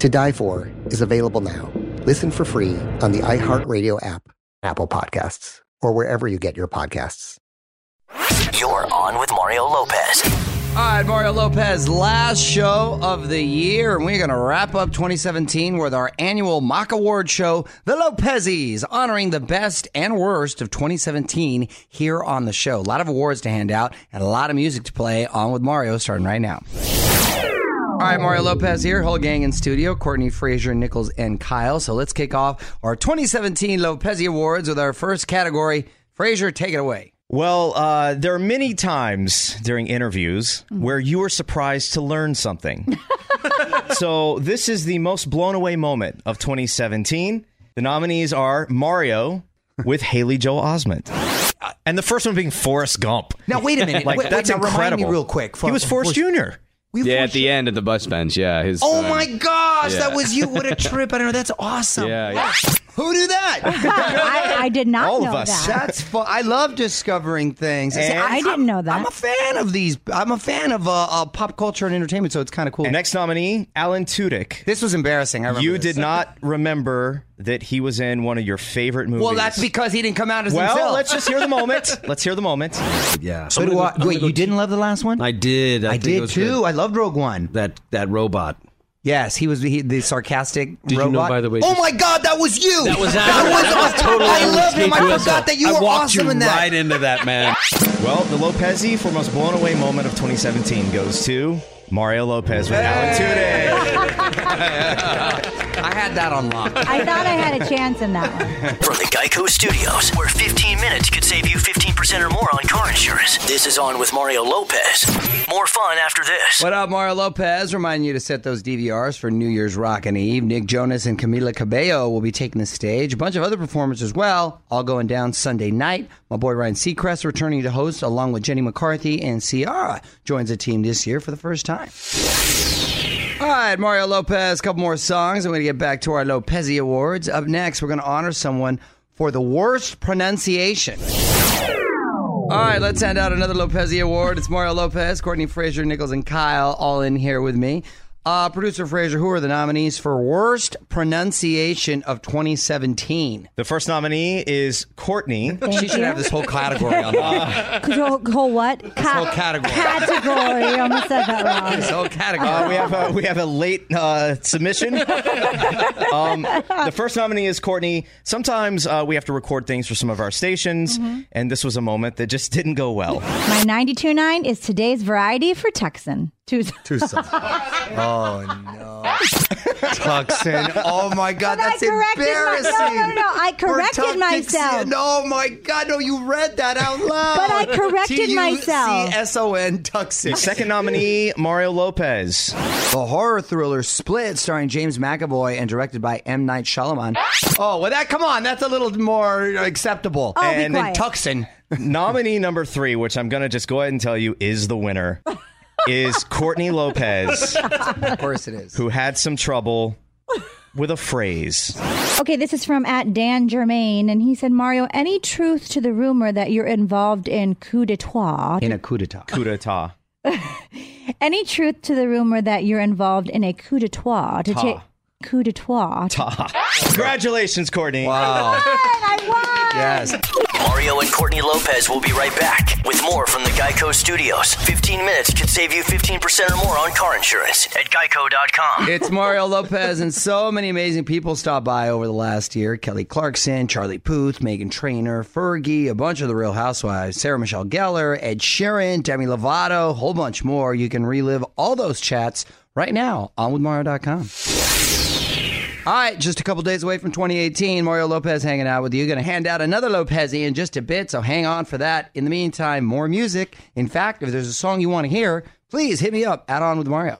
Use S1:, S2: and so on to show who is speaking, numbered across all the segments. S1: To Die For is available now. Listen for free on the iHeartRadio app, Apple Podcasts, or wherever you get your podcasts.
S2: You're on with Mario Lopez.
S3: All right, Mario Lopez, last show of the year, and we're going to wrap up 2017 with our annual mock award show, The Lopezes, honoring the best and worst of 2017 here on the show. A lot of awards to hand out and a lot of music to play on with Mario starting right now. All right, Mario Lopez here, whole gang in studio, Courtney Frazier, Nichols, and Kyle. So let's kick off our 2017 Lopez Awards with our first category. Frazier, take it away.
S4: Well, uh, there are many times during interviews where you are surprised to learn something. so, this is the most blown away moment of 2017. The nominees are Mario with Haley Joel Osment. Uh, And the first one being Forrest Gump.
S5: Now wait a minute.
S4: Like,
S5: wait, wait,
S4: that's
S5: now remind me
S4: incredible.
S5: real quick.
S4: he was Forrest Jr.
S5: We
S6: Yeah, at
S5: forced
S6: the
S5: you-
S6: end at the bus bench. Yeah, his.
S5: Oh
S6: son.
S5: my gosh, that
S6: Yeah.
S5: was you! What a trip! I don't know. That's awesome.
S6: Yeah, yeah.
S3: Who knew that?
S7: I, I did not
S4: All
S7: know
S4: of us.
S7: that.
S3: That's fun. I love discovering things. See,
S4: And-
S7: I didn't know that.
S3: I'm a fan of these. I'm a fan of uh, uh, pop culture and entertainment, so it's kind of cool.
S4: And Next nominee, Alan Tudyk.
S3: this was embarrassing. I remember
S4: You
S3: this.
S4: did not remember that he was in one of your favorite movies.
S3: Well, that's because he didn't come out as
S4: Well,
S3: himself.
S4: let's just hear the moment. let's hear the moment.
S5: yeah.
S3: So do I, wait, you didn't love the last one?
S5: I did. I,
S3: I
S5: think it
S3: did
S5: was
S3: too.
S5: good.
S3: I loved Rogue One.
S5: That that robot.
S3: Yes, he was he, the sarcastic
S5: Did you know,
S3: robot.
S5: by the way,
S3: Oh
S5: just-
S3: my God, that was you.
S5: That was
S3: that
S5: Alan.
S3: was,
S5: That was
S3: awesome.
S5: totally
S3: I
S5: Alan
S3: loved him.
S5: Kate
S3: I
S5: Winslow.
S3: forgot that you
S5: I
S3: were
S5: walked
S3: awesome
S5: you
S3: in that.
S5: Right into that man.
S4: Well, the Lopez for most blown away moment of 2017 goes to Mario Lopez with Alan Tudyk.
S3: I had that on lock.
S7: I thought I had a chance in that one.
S2: From the Geico Studios, where 15 minutes could save you 15% or more on car insurance. This is On with Mario Lopez. More fun after this.
S3: What up, Mario Lopez? Reminding you to set those DVRs for New Year's Rockin' Eve. Nick Jonas and Camila Cabello will be taking the stage. A bunch of other performers as well, all going down Sunday night. My boy Ryan Seacrest returning to host along with Jenny McCarthy and Ciara joins the team this year for the first time. All right, Mario Lopez, a couple more songs. I'm going to get back to our Lopez Awards. Up next, we're going to honor someone for the worst pronunciation. All right, let's hand out another Lopez Award. It's Mario Lopez, Courtney Frazier, Nichols, and Kyle all in here with me. Uh, Producer Frazier, who are the nominees for worst pronunciation of 2017?
S4: The first nominee is Courtney.
S3: She should have this whole category on that.
S7: Whole, whole what? Ca-
S3: whole category.
S7: Category. I almost said that wrong.
S3: This whole category.
S4: Uh, we have a, we have a late uh, submission. um, the first nominee is Courtney. Sometimes uh, we have to record things for some of our stations, and this was a moment that just didn't go well.
S7: My 92.9 is today's variety for Texan. Tues-
S5: Tucson.
S3: Tuxin. Oh my God,
S7: I
S3: that's
S7: corrected my-
S3: embarrassing.
S7: no, no, no, I
S3: For
S7: corrected
S3: Tuck
S7: myself.
S3: Dixon. Oh my God, no, you read that out loud.
S7: But I corrected myself.
S3: T-U-C-S-O-N, Tuxin.
S4: The second nominee, Mario Lopez.
S3: The horror thriller Split, starring James McAvoy and directed by M. Night Shyamalan. Oh, well, that come on, that's a little more acceptable.
S7: Oh, be
S3: and then
S7: quiet.
S3: Tuxin.
S4: Nominee number three, which I'm going to just go ahead and tell you is the winner. is Courtney Lopez,
S3: Of course it is.
S4: who had some trouble with a phrase.
S7: Okay, this is from at Dan Germain, and he said, Mario, any truth to the rumor that you're involved in coup d'etat?
S3: In a coup d'etat.
S4: Coup d'etat.
S7: Any truth to the rumor that you're involved in a coup d'etat? To
S4: Ta.
S7: take coup d'etat.
S4: Congratulations, Courtney.
S3: Wow.
S7: I won!
S3: Oh. Yes.
S2: Mario and Courtney Lopez will be right back with more from the Geico Studios. 15 minutes could save you 15% or more on car insurance at geico.com.
S3: It's Mario Lopez, and so many amazing people stopped by over the last year. Kelly Clarkson, Charlie Puth, Megan Trainor, Fergie, a bunch of the Real Housewives, Sarah Michelle Gellar, Ed Sheeran, Demi Lovato, a whole bunch more. You can relive all those chats right now on withmario.com. All right, just a couple days away from 2018, Mario Lopez hanging out with you. Going to hand out another Lopez in just a bit, so hang on for that. In the meantime, more music. In fact, if there's a song you want to hear, please hit me up. Add on with Mario.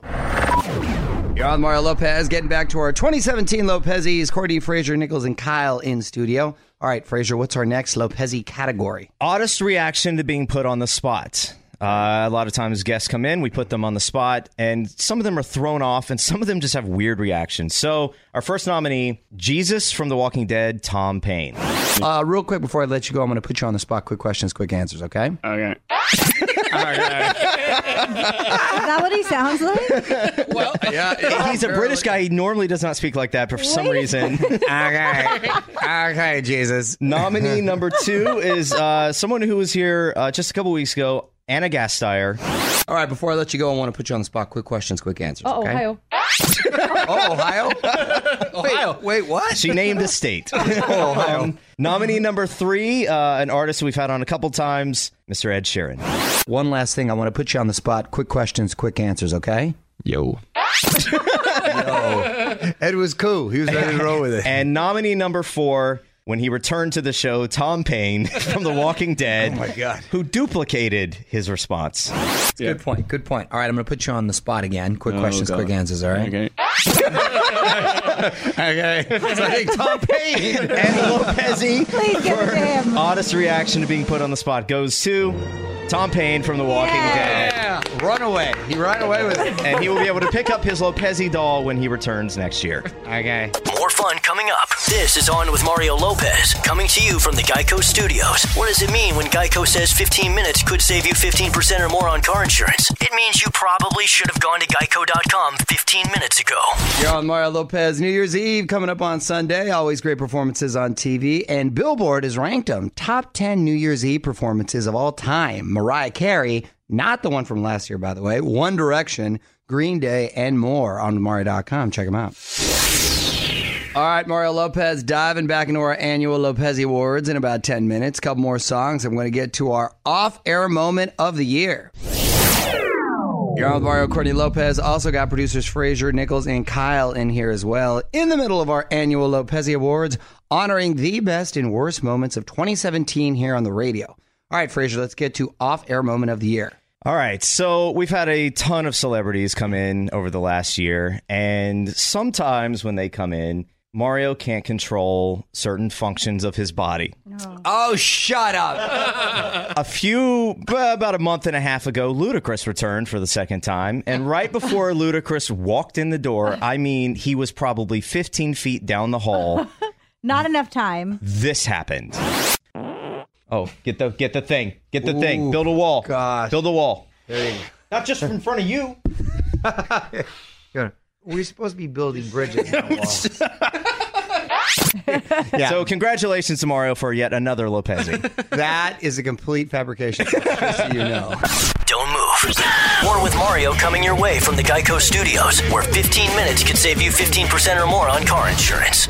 S3: You're on Mario Lopez, getting back to our 2017 Lopezes, Courtney, Fraser, Nichols, and Kyle in studio. All right, Fraser, what's our next Lopezi category?
S4: Oddest reaction to being put on the spot. Uh, a lot of times guests come in, we put them on the spot, and some of them are thrown off, and some of them just have weird reactions. So, our first nominee, Jesus from The Walking Dead, Tom Payne.
S3: Uh, real quick before I let you go, I'm going to put you on the spot. Quick questions, quick answers, okay?
S6: Okay. okay.
S7: Is that what he sounds like?
S5: Well, yeah.
S4: He's a British guy. He normally does not speak like that, but for some reason.
S3: okay. Okay, Jesus.
S4: Nominee number two is uh, someone who was here uh, just a couple weeks ago, Anna Gasteyer.
S3: All right, before I let you go, I want to put you on the spot. Quick questions, quick answers.
S8: Oh,
S3: okay?
S8: Ohio.
S3: Oh, Ohio? Ohio. Wait, what?
S4: She named a state.
S3: Oh, Ohio.
S4: Um, nominee number three, uh, an artist we've had on a couple times, Mr. Ed Sheeran.
S3: One last thing. I want to put you on the spot. Quick questions, quick answers, okay?
S5: Yo.
S3: Ed was cool. He was ready to roll with it.
S4: And nominee number four, when he returned to the show, Tom Payne from The Walking Dead,
S3: Oh, God.
S4: who duplicated his response.
S3: Good point. Good point. All right, I'm going to put you on the spot again. Quick questions,
S6: Oh, God.
S3: quick answers, all right?
S6: Okay.
S3: So I think Tom Payne.
S4: And Lopezi
S7: Please give it to
S4: for
S7: him.
S4: oddest reaction to being put on the spot goes to Tom Payne from The Walking Dead.
S3: Yeah, runaway. He ran away with it.
S4: and he will be able to pick up his Lopezi doll when he returns next year.
S3: Okay.
S2: More fun coming up. This is On with Mario Lopez, coming to you from the Geico Studios. What does it mean when Geico says 15 minutes could save you 15% or more on car insurance? It means you probably should have gone to geico.com 15 minutes ago.
S3: You're on Mario Lopez. New Year's Eve coming up on Sunday. Always great performances on TV. And Billboard has ranked them top 10 New Year's Eve performances of all time. Mariah Carey, not the one from last year, by the way, One Direction, Green Day, and more on Mario.com. Check them out. All right, Mario Lopez diving back into our annual Lopez Awards in about 10 minutes. couple more songs. I'm going to get to our off air moment of the year. You're on with Mario Courtney Lopez. Also got producers Fraser, Nichols, and Kyle in here as well. In the middle of our annual Lopez Awards, honoring the best and worst moments of 2017 here on the radio. All right, Fraser, let's get to off air moment of the year.
S4: All right, so we've had a ton of celebrities come in over the last year, and sometimes when they come in, Mario can't control certain functions of his body.
S3: Oh, shut up.
S4: A few, b- about a month and a half ago, Ludacris returned for the second time. And right before Ludacris walked in the door, I mean, he was probably 15 feet down the hall.
S7: Not enough time.
S4: this happened. Oh, get the get the thing. Get the
S3: Ooh,
S4: thing. Build a wall.
S3: gosh.
S4: Build a wall.
S3: There you
S4: Not just in front of you.
S3: go. We're supposed to be building bridges. not walls. yeah,
S4: So congratulations to Mario for yet another Lopezi.
S3: that is a complete fabrication. Just so you know.
S2: Don't move. More with Mario coming your way from the Geico Studios, where 15 minutes could save you 15% or more on car insurance.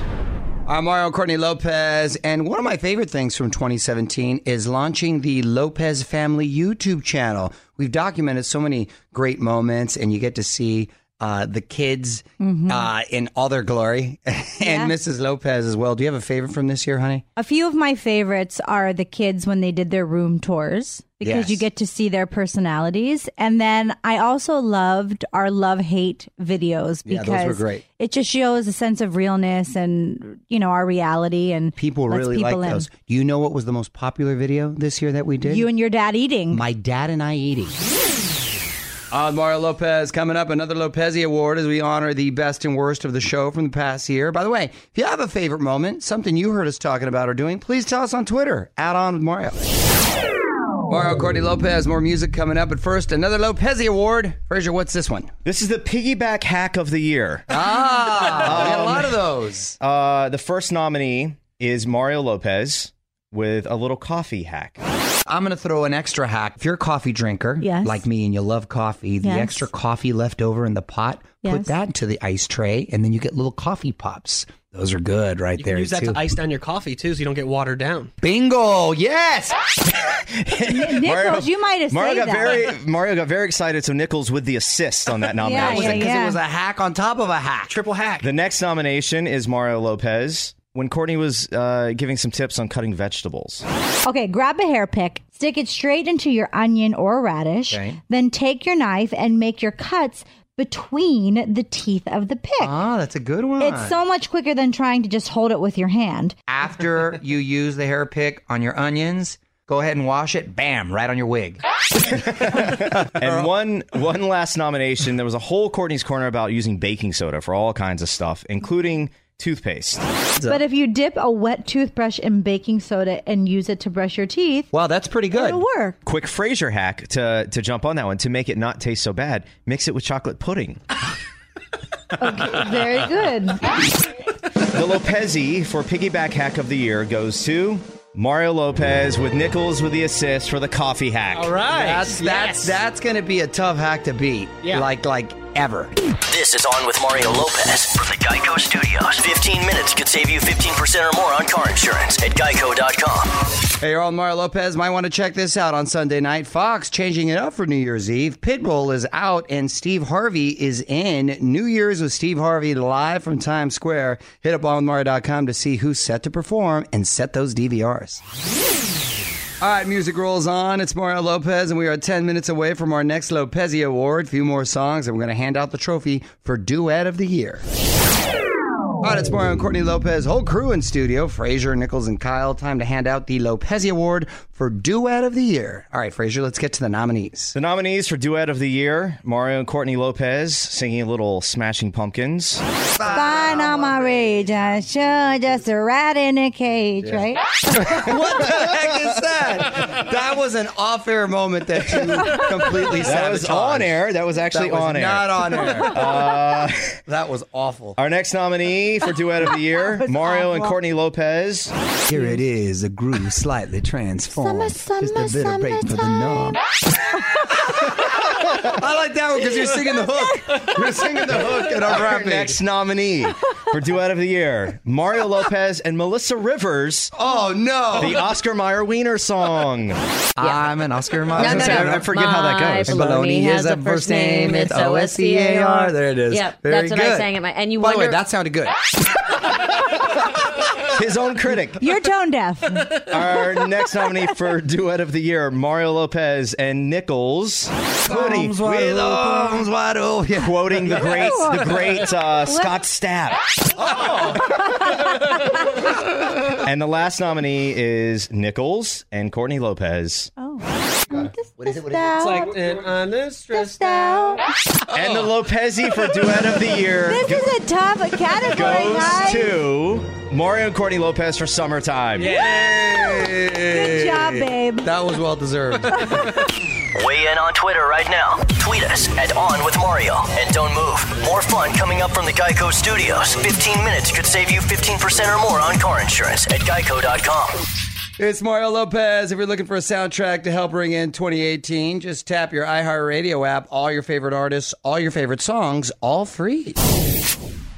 S3: I'm Mario Courtney Lopez, and one of my favorite things from 2017 is launching the Lopez Family YouTube channel. We've documented so many great moments, and you get to see uh, the kids
S7: Mm-hmm.
S3: uh, in all their glory, and Mrs. Lopez as well. Do you have a favorite from this year, honey?
S7: A few of my favorites are the kids when they did their room tours because
S3: Yes.
S7: you get to see their personalities. And then I also loved our love hate videos
S3: Yeah,
S7: because
S3: those were great.
S7: it just shows a sense of realness and, you know, our reality and
S3: People
S7: lets
S3: really
S7: people
S3: like
S7: in.
S3: those. Do you know what was the most popular video this year that we did?
S7: You and your dad eating.
S3: my dad and I eating. On Mario Lopez, coming up, another Lopezi Award as we honor the best and worst of the show from the past year. By the way, if you have a favorite moment, something you heard us talking about or doing, please tell us on Twitter, at On With Mario. Mario Courtney Lopez, more music coming up. But first, another Lopezi Award. Frazier, what's this one?
S4: This is the piggyback hack of the year.
S3: Ah, we had a lot of those.
S4: Uh, the first nominee is Mario Lopez with a little coffee hack.
S3: I'm going to throw an extra hack. If you're a coffee drinker,
S4: Yes.
S3: like me, and you love coffee, the
S4: Yes.
S3: extra coffee left over in the pot, put
S8: Yes.
S3: that to the ice tray, and then you get little coffee pops. Those are good right
S8: You
S3: there.
S8: can use that
S3: too.
S8: to ice down your coffee too, so you don't get watered down.
S3: Bingo! Yes.
S7: Nichols, you might have
S4: Mario
S7: said
S4: got
S7: that.
S4: very Mario got very excited. So Nichols with the assist on that nomination.
S7: yeah, yeah.
S3: hack on top of a hack.
S8: Triple hack.
S4: The next nomination is Mario Lopez. When Courtney was uh, giving some tips on cutting vegetables,
S7: Okay, grab a hair pick, stick it straight into your onion or radish,
S4: Okay.
S7: then take your knife and make your cuts between the teeth of the pick.
S3: Ah, that's a good one.
S7: It's so much quicker than trying to just hold it with your hand.
S3: After you use the hair pick on your onions, go ahead and wash it. Bam! Right on your wig.
S4: and one one last nomination, there was a whole Courtney's corner about using baking soda for all kinds of stuff, including toothpaste.
S7: But if you dip a wet toothbrush in baking soda and use it to brush your teeth,
S3: Wow, that's pretty good.
S7: it'll work.
S4: Quick Fraser hack to to jump on that one to make it not taste so bad. Mix it with chocolate pudding.
S7: Very good.
S4: The Lopezi for piggyback hack of the year goes to Mario Lopez with Nichols with the assist for the coffee hack.
S8: All right.
S3: That's that's that's going to be a tough hack to beat. Yeah. Like like ever.
S2: This is On with Mario Lopez from the Geico Studios. 15 minutes could save you 15% or more on car insurance at geico.com.
S3: Hey, you're all Mario Lopez. Might want to check this out on Sunday night. Fox changing it up for New Year's Eve. Pitbull is out and Steve Harvey is in. New Year's with Steve Harvey live from Times Square. Hit up onwithmario.com to see who's set to perform and set those DVRs. All right, music rolls on. It's Mario Lopez, and we are 10 minutes away from our next Lopezi Award. A few more songs, and we're going to hand out the trophy for Duet of the Year. All right, it's Mario and Courtney Lopez, whole crew in studio, Frazier, Nichols, and Kyle. Time to hand out the Lopez Award for Duet of the Year. All right, Frazier, let's get to the nominees.
S4: The nominees for Duet of the Year Mario and Courtney Lopez singing a little Smashing Pumpkins.
S7: Fine on my rage, I show just a rat in a cage, right?
S3: what the heck is that? That was an off-air moment that you completely
S4: That was
S3: sabotaged.
S4: on air. That was actually
S3: That was
S4: on air.
S3: Not on air.
S4: Uh,
S3: that was awful.
S4: Our next nominee for Duet of the Year Mario and
S3: awful.
S4: Courtney Lopez.
S3: Here it is, a groove slightly transformed.
S7: Summer,
S3: Just a bit of break for the knob. I like that one because you're singing the hook. You're singing the hook and I'm
S4: Our
S3: rapping.
S4: next nominee for Duet of the Year Mario Lopez and Melissa Rivers.
S3: Oh, no.
S4: The Oscar Mayer Wiener song.
S3: I'm an Oscar Mayer.
S4: I was gonna say, I forget how that
S9: My
S4: goes.
S3: And bologna
S9: has
S3: is
S9: a
S3: a
S9: first
S3: first name.
S9: name,
S3: It's
S9: it's O-S-C-A-R.
S3: O-S-C-A-R. There it is.
S9: Yep,
S3: Very
S9: that's what I
S3: good.
S9: sang at my- and you
S3: By the way,
S9: wonder-
S3: that sounded good.
S4: His own critic.
S7: You're tone deaf.
S4: Our next nominee for Duet of the Year Mario Lopez and Nichols. Quoting,
S3: Arms wide
S4: with
S3: open.
S4: arms wide open. Quoting the great, the great uh,
S3: What?
S4: Scott Stapp. And the last nominee is Nichols and Courtney Lopez.
S7: Oh. What is it? What
S8: is it? It's like an honest stressed
S7: out.
S4: And the Lopezi for Duet of the Year
S7: This is a tough category,
S4: goes
S7: guys.
S4: to Mario and Courtney Lopez for Summertime.
S3: Good
S7: job, babe.
S3: That was well deserved.
S2: Weigh in on Twitter right now. Tweet us at On with Mario. And don't move. More fun coming up from the Geico Studios. 15 minutes could save you 15% or more on car insurance at geico.com.
S3: It's Mario Lopez. If you're looking for a soundtrack to help bring in 2018, just tap your iHeartRadio app. All your favorite artists, all your favorite songs, all free.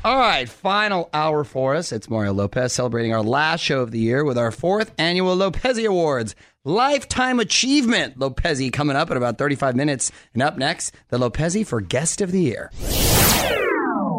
S3: All right, final hour for us. It's Mario Lopez celebrating our last show of the year with our fourth annual Lopez Awards. Lifetime Achievement Lopez coming up in about 35 minutes. And up next, the Lopez for Guest of the Year.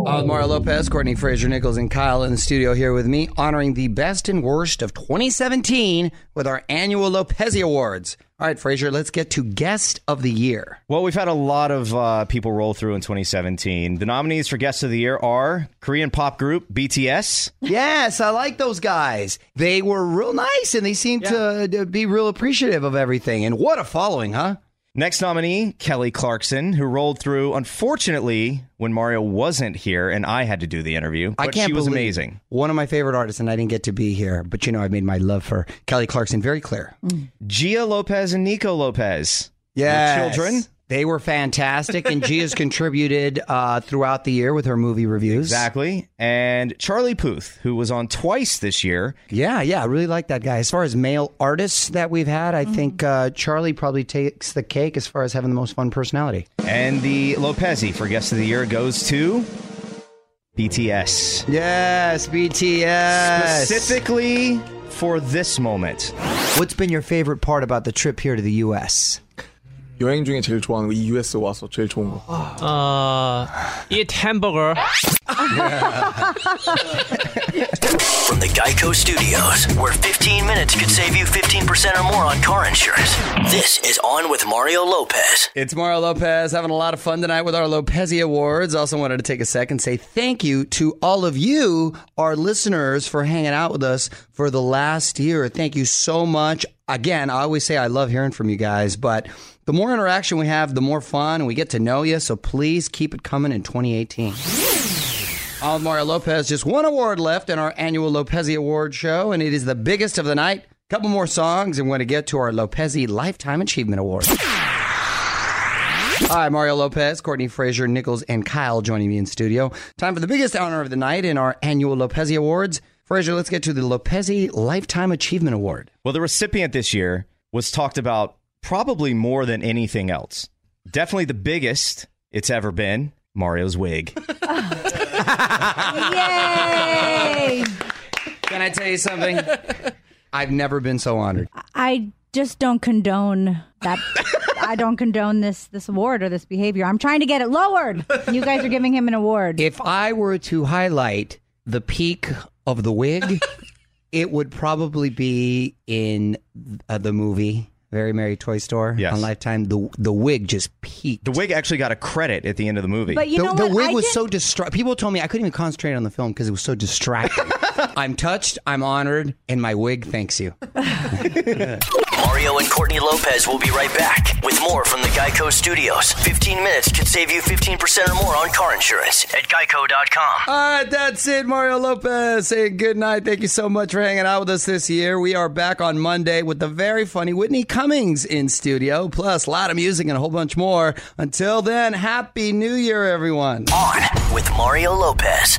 S3: Uh, Mario Lopez, Courtney Fraser Nichols, and Kyle in the studio here with me, honoring the best and worst of 2017 with our annual Lopez Awards. All right, Fraser, let's get to Guest of the Year.
S4: Well, we've had a lot of uh, people roll through in 2017. The nominees for Guest of the Year are Korean pop group BTS.
S3: Yes, I like those guys. They were real nice and they seemed to, to be real appreciative of everything. And what a following, huh?
S4: Next nominee, Kelly Clarkson, who rolled through, unfortunately, when Mario wasn't here and I had to do the interview.
S3: I
S4: but
S3: can't
S4: she was
S3: believe
S4: amazing.
S3: One of my favorite artists, and I didn't get to be here, but you know, I made my love for Kelly Clarkson very clear.
S4: Gia Lopez and Nico Lopez.
S3: Yes.
S4: Your children.
S3: They were fantastic, and Gia's contributed uh, throughout the year with her movie reviews.
S4: Exactly. And Charlie Puth, who was on twice this year.
S3: Yeah, yeah, I really like that guy. As far as male artists that we've had, I think uh, Charlie probably takes the cake as far as having the most fun personality.
S4: And the Lopezi for Guest of the Year goes to BTS.
S3: Yes, BTS.
S4: Specifically for this moment.
S3: What's been your favorite part about the trip here to the U.S.?
S9: 여행 중에 제일 좋아하는 거 이 US 와서 제일 좋은 거.
S8: Uh, eat hamburger.
S2: From the Geico Studios, where 15 minutes could save you 15% or more on car insurance. This is On with Mario Lopez.
S3: It's Mario Lopez having a lot of fun tonight with our Lopezi Awards. Also wanted to take a second and say thank you to all of you, our listeners, for hanging out with us for the last year. Thank you so much. Again, I always say I love hearing from you guys, but the more interaction we have, the more fun and we get to know you. So please keep it coming in 2018. I'm with Mario Lopez. Just one award left in our annual Lopezi Award show, and it is the biggest of the night. Couple more songs, and we're going to get to our Lopezi Lifetime Achievement Award. All right, Mario Lopez, Courtney Frazier, Nichols, and Kyle joining me in studio. Time for the biggest honor of the night in our annual Lopezi Awards. Frazier, let's get to the Lopezi Lifetime Achievement Award.
S4: Well, the recipient this year was talked about probably more than anything else. Definitely the biggest it's ever been Mario's wig.
S7: Yay!
S3: Can I tell you something? I've never been so honored.
S7: I just don't condone that. I don't condone this this award or this behavior. I'm trying to get it lowered. You guys are giving him an award.
S3: If I were to highlight the peak of the wig, it would probably be in uh, the movie Very Merry Toy Store on Lifetime. The the wig just peaked.
S4: The wig actually got a credit at the end of the movie.
S7: But you
S3: the,
S7: know
S3: the
S7: what?
S3: wig
S7: I
S3: was
S7: did-
S3: so distraught. People told me I couldn't even concentrate on the film because it was so distracting. I'm touched, I'm honored, and my wig thanks you.
S2: Mario and Courtney Lopez will be right back with more from the Geico Studios. 15 minutes could save you 15% or more on car insurance at geico.com.
S3: All right, that's it. Mario Lopez saying good night. Thank you so much for hanging out with us this year. We are back on Monday with the very funny Whitney Cummings in studio, plus a lot of music and a whole bunch more. Until then, Happy New Year, everyone.
S2: On with Mario Lopez.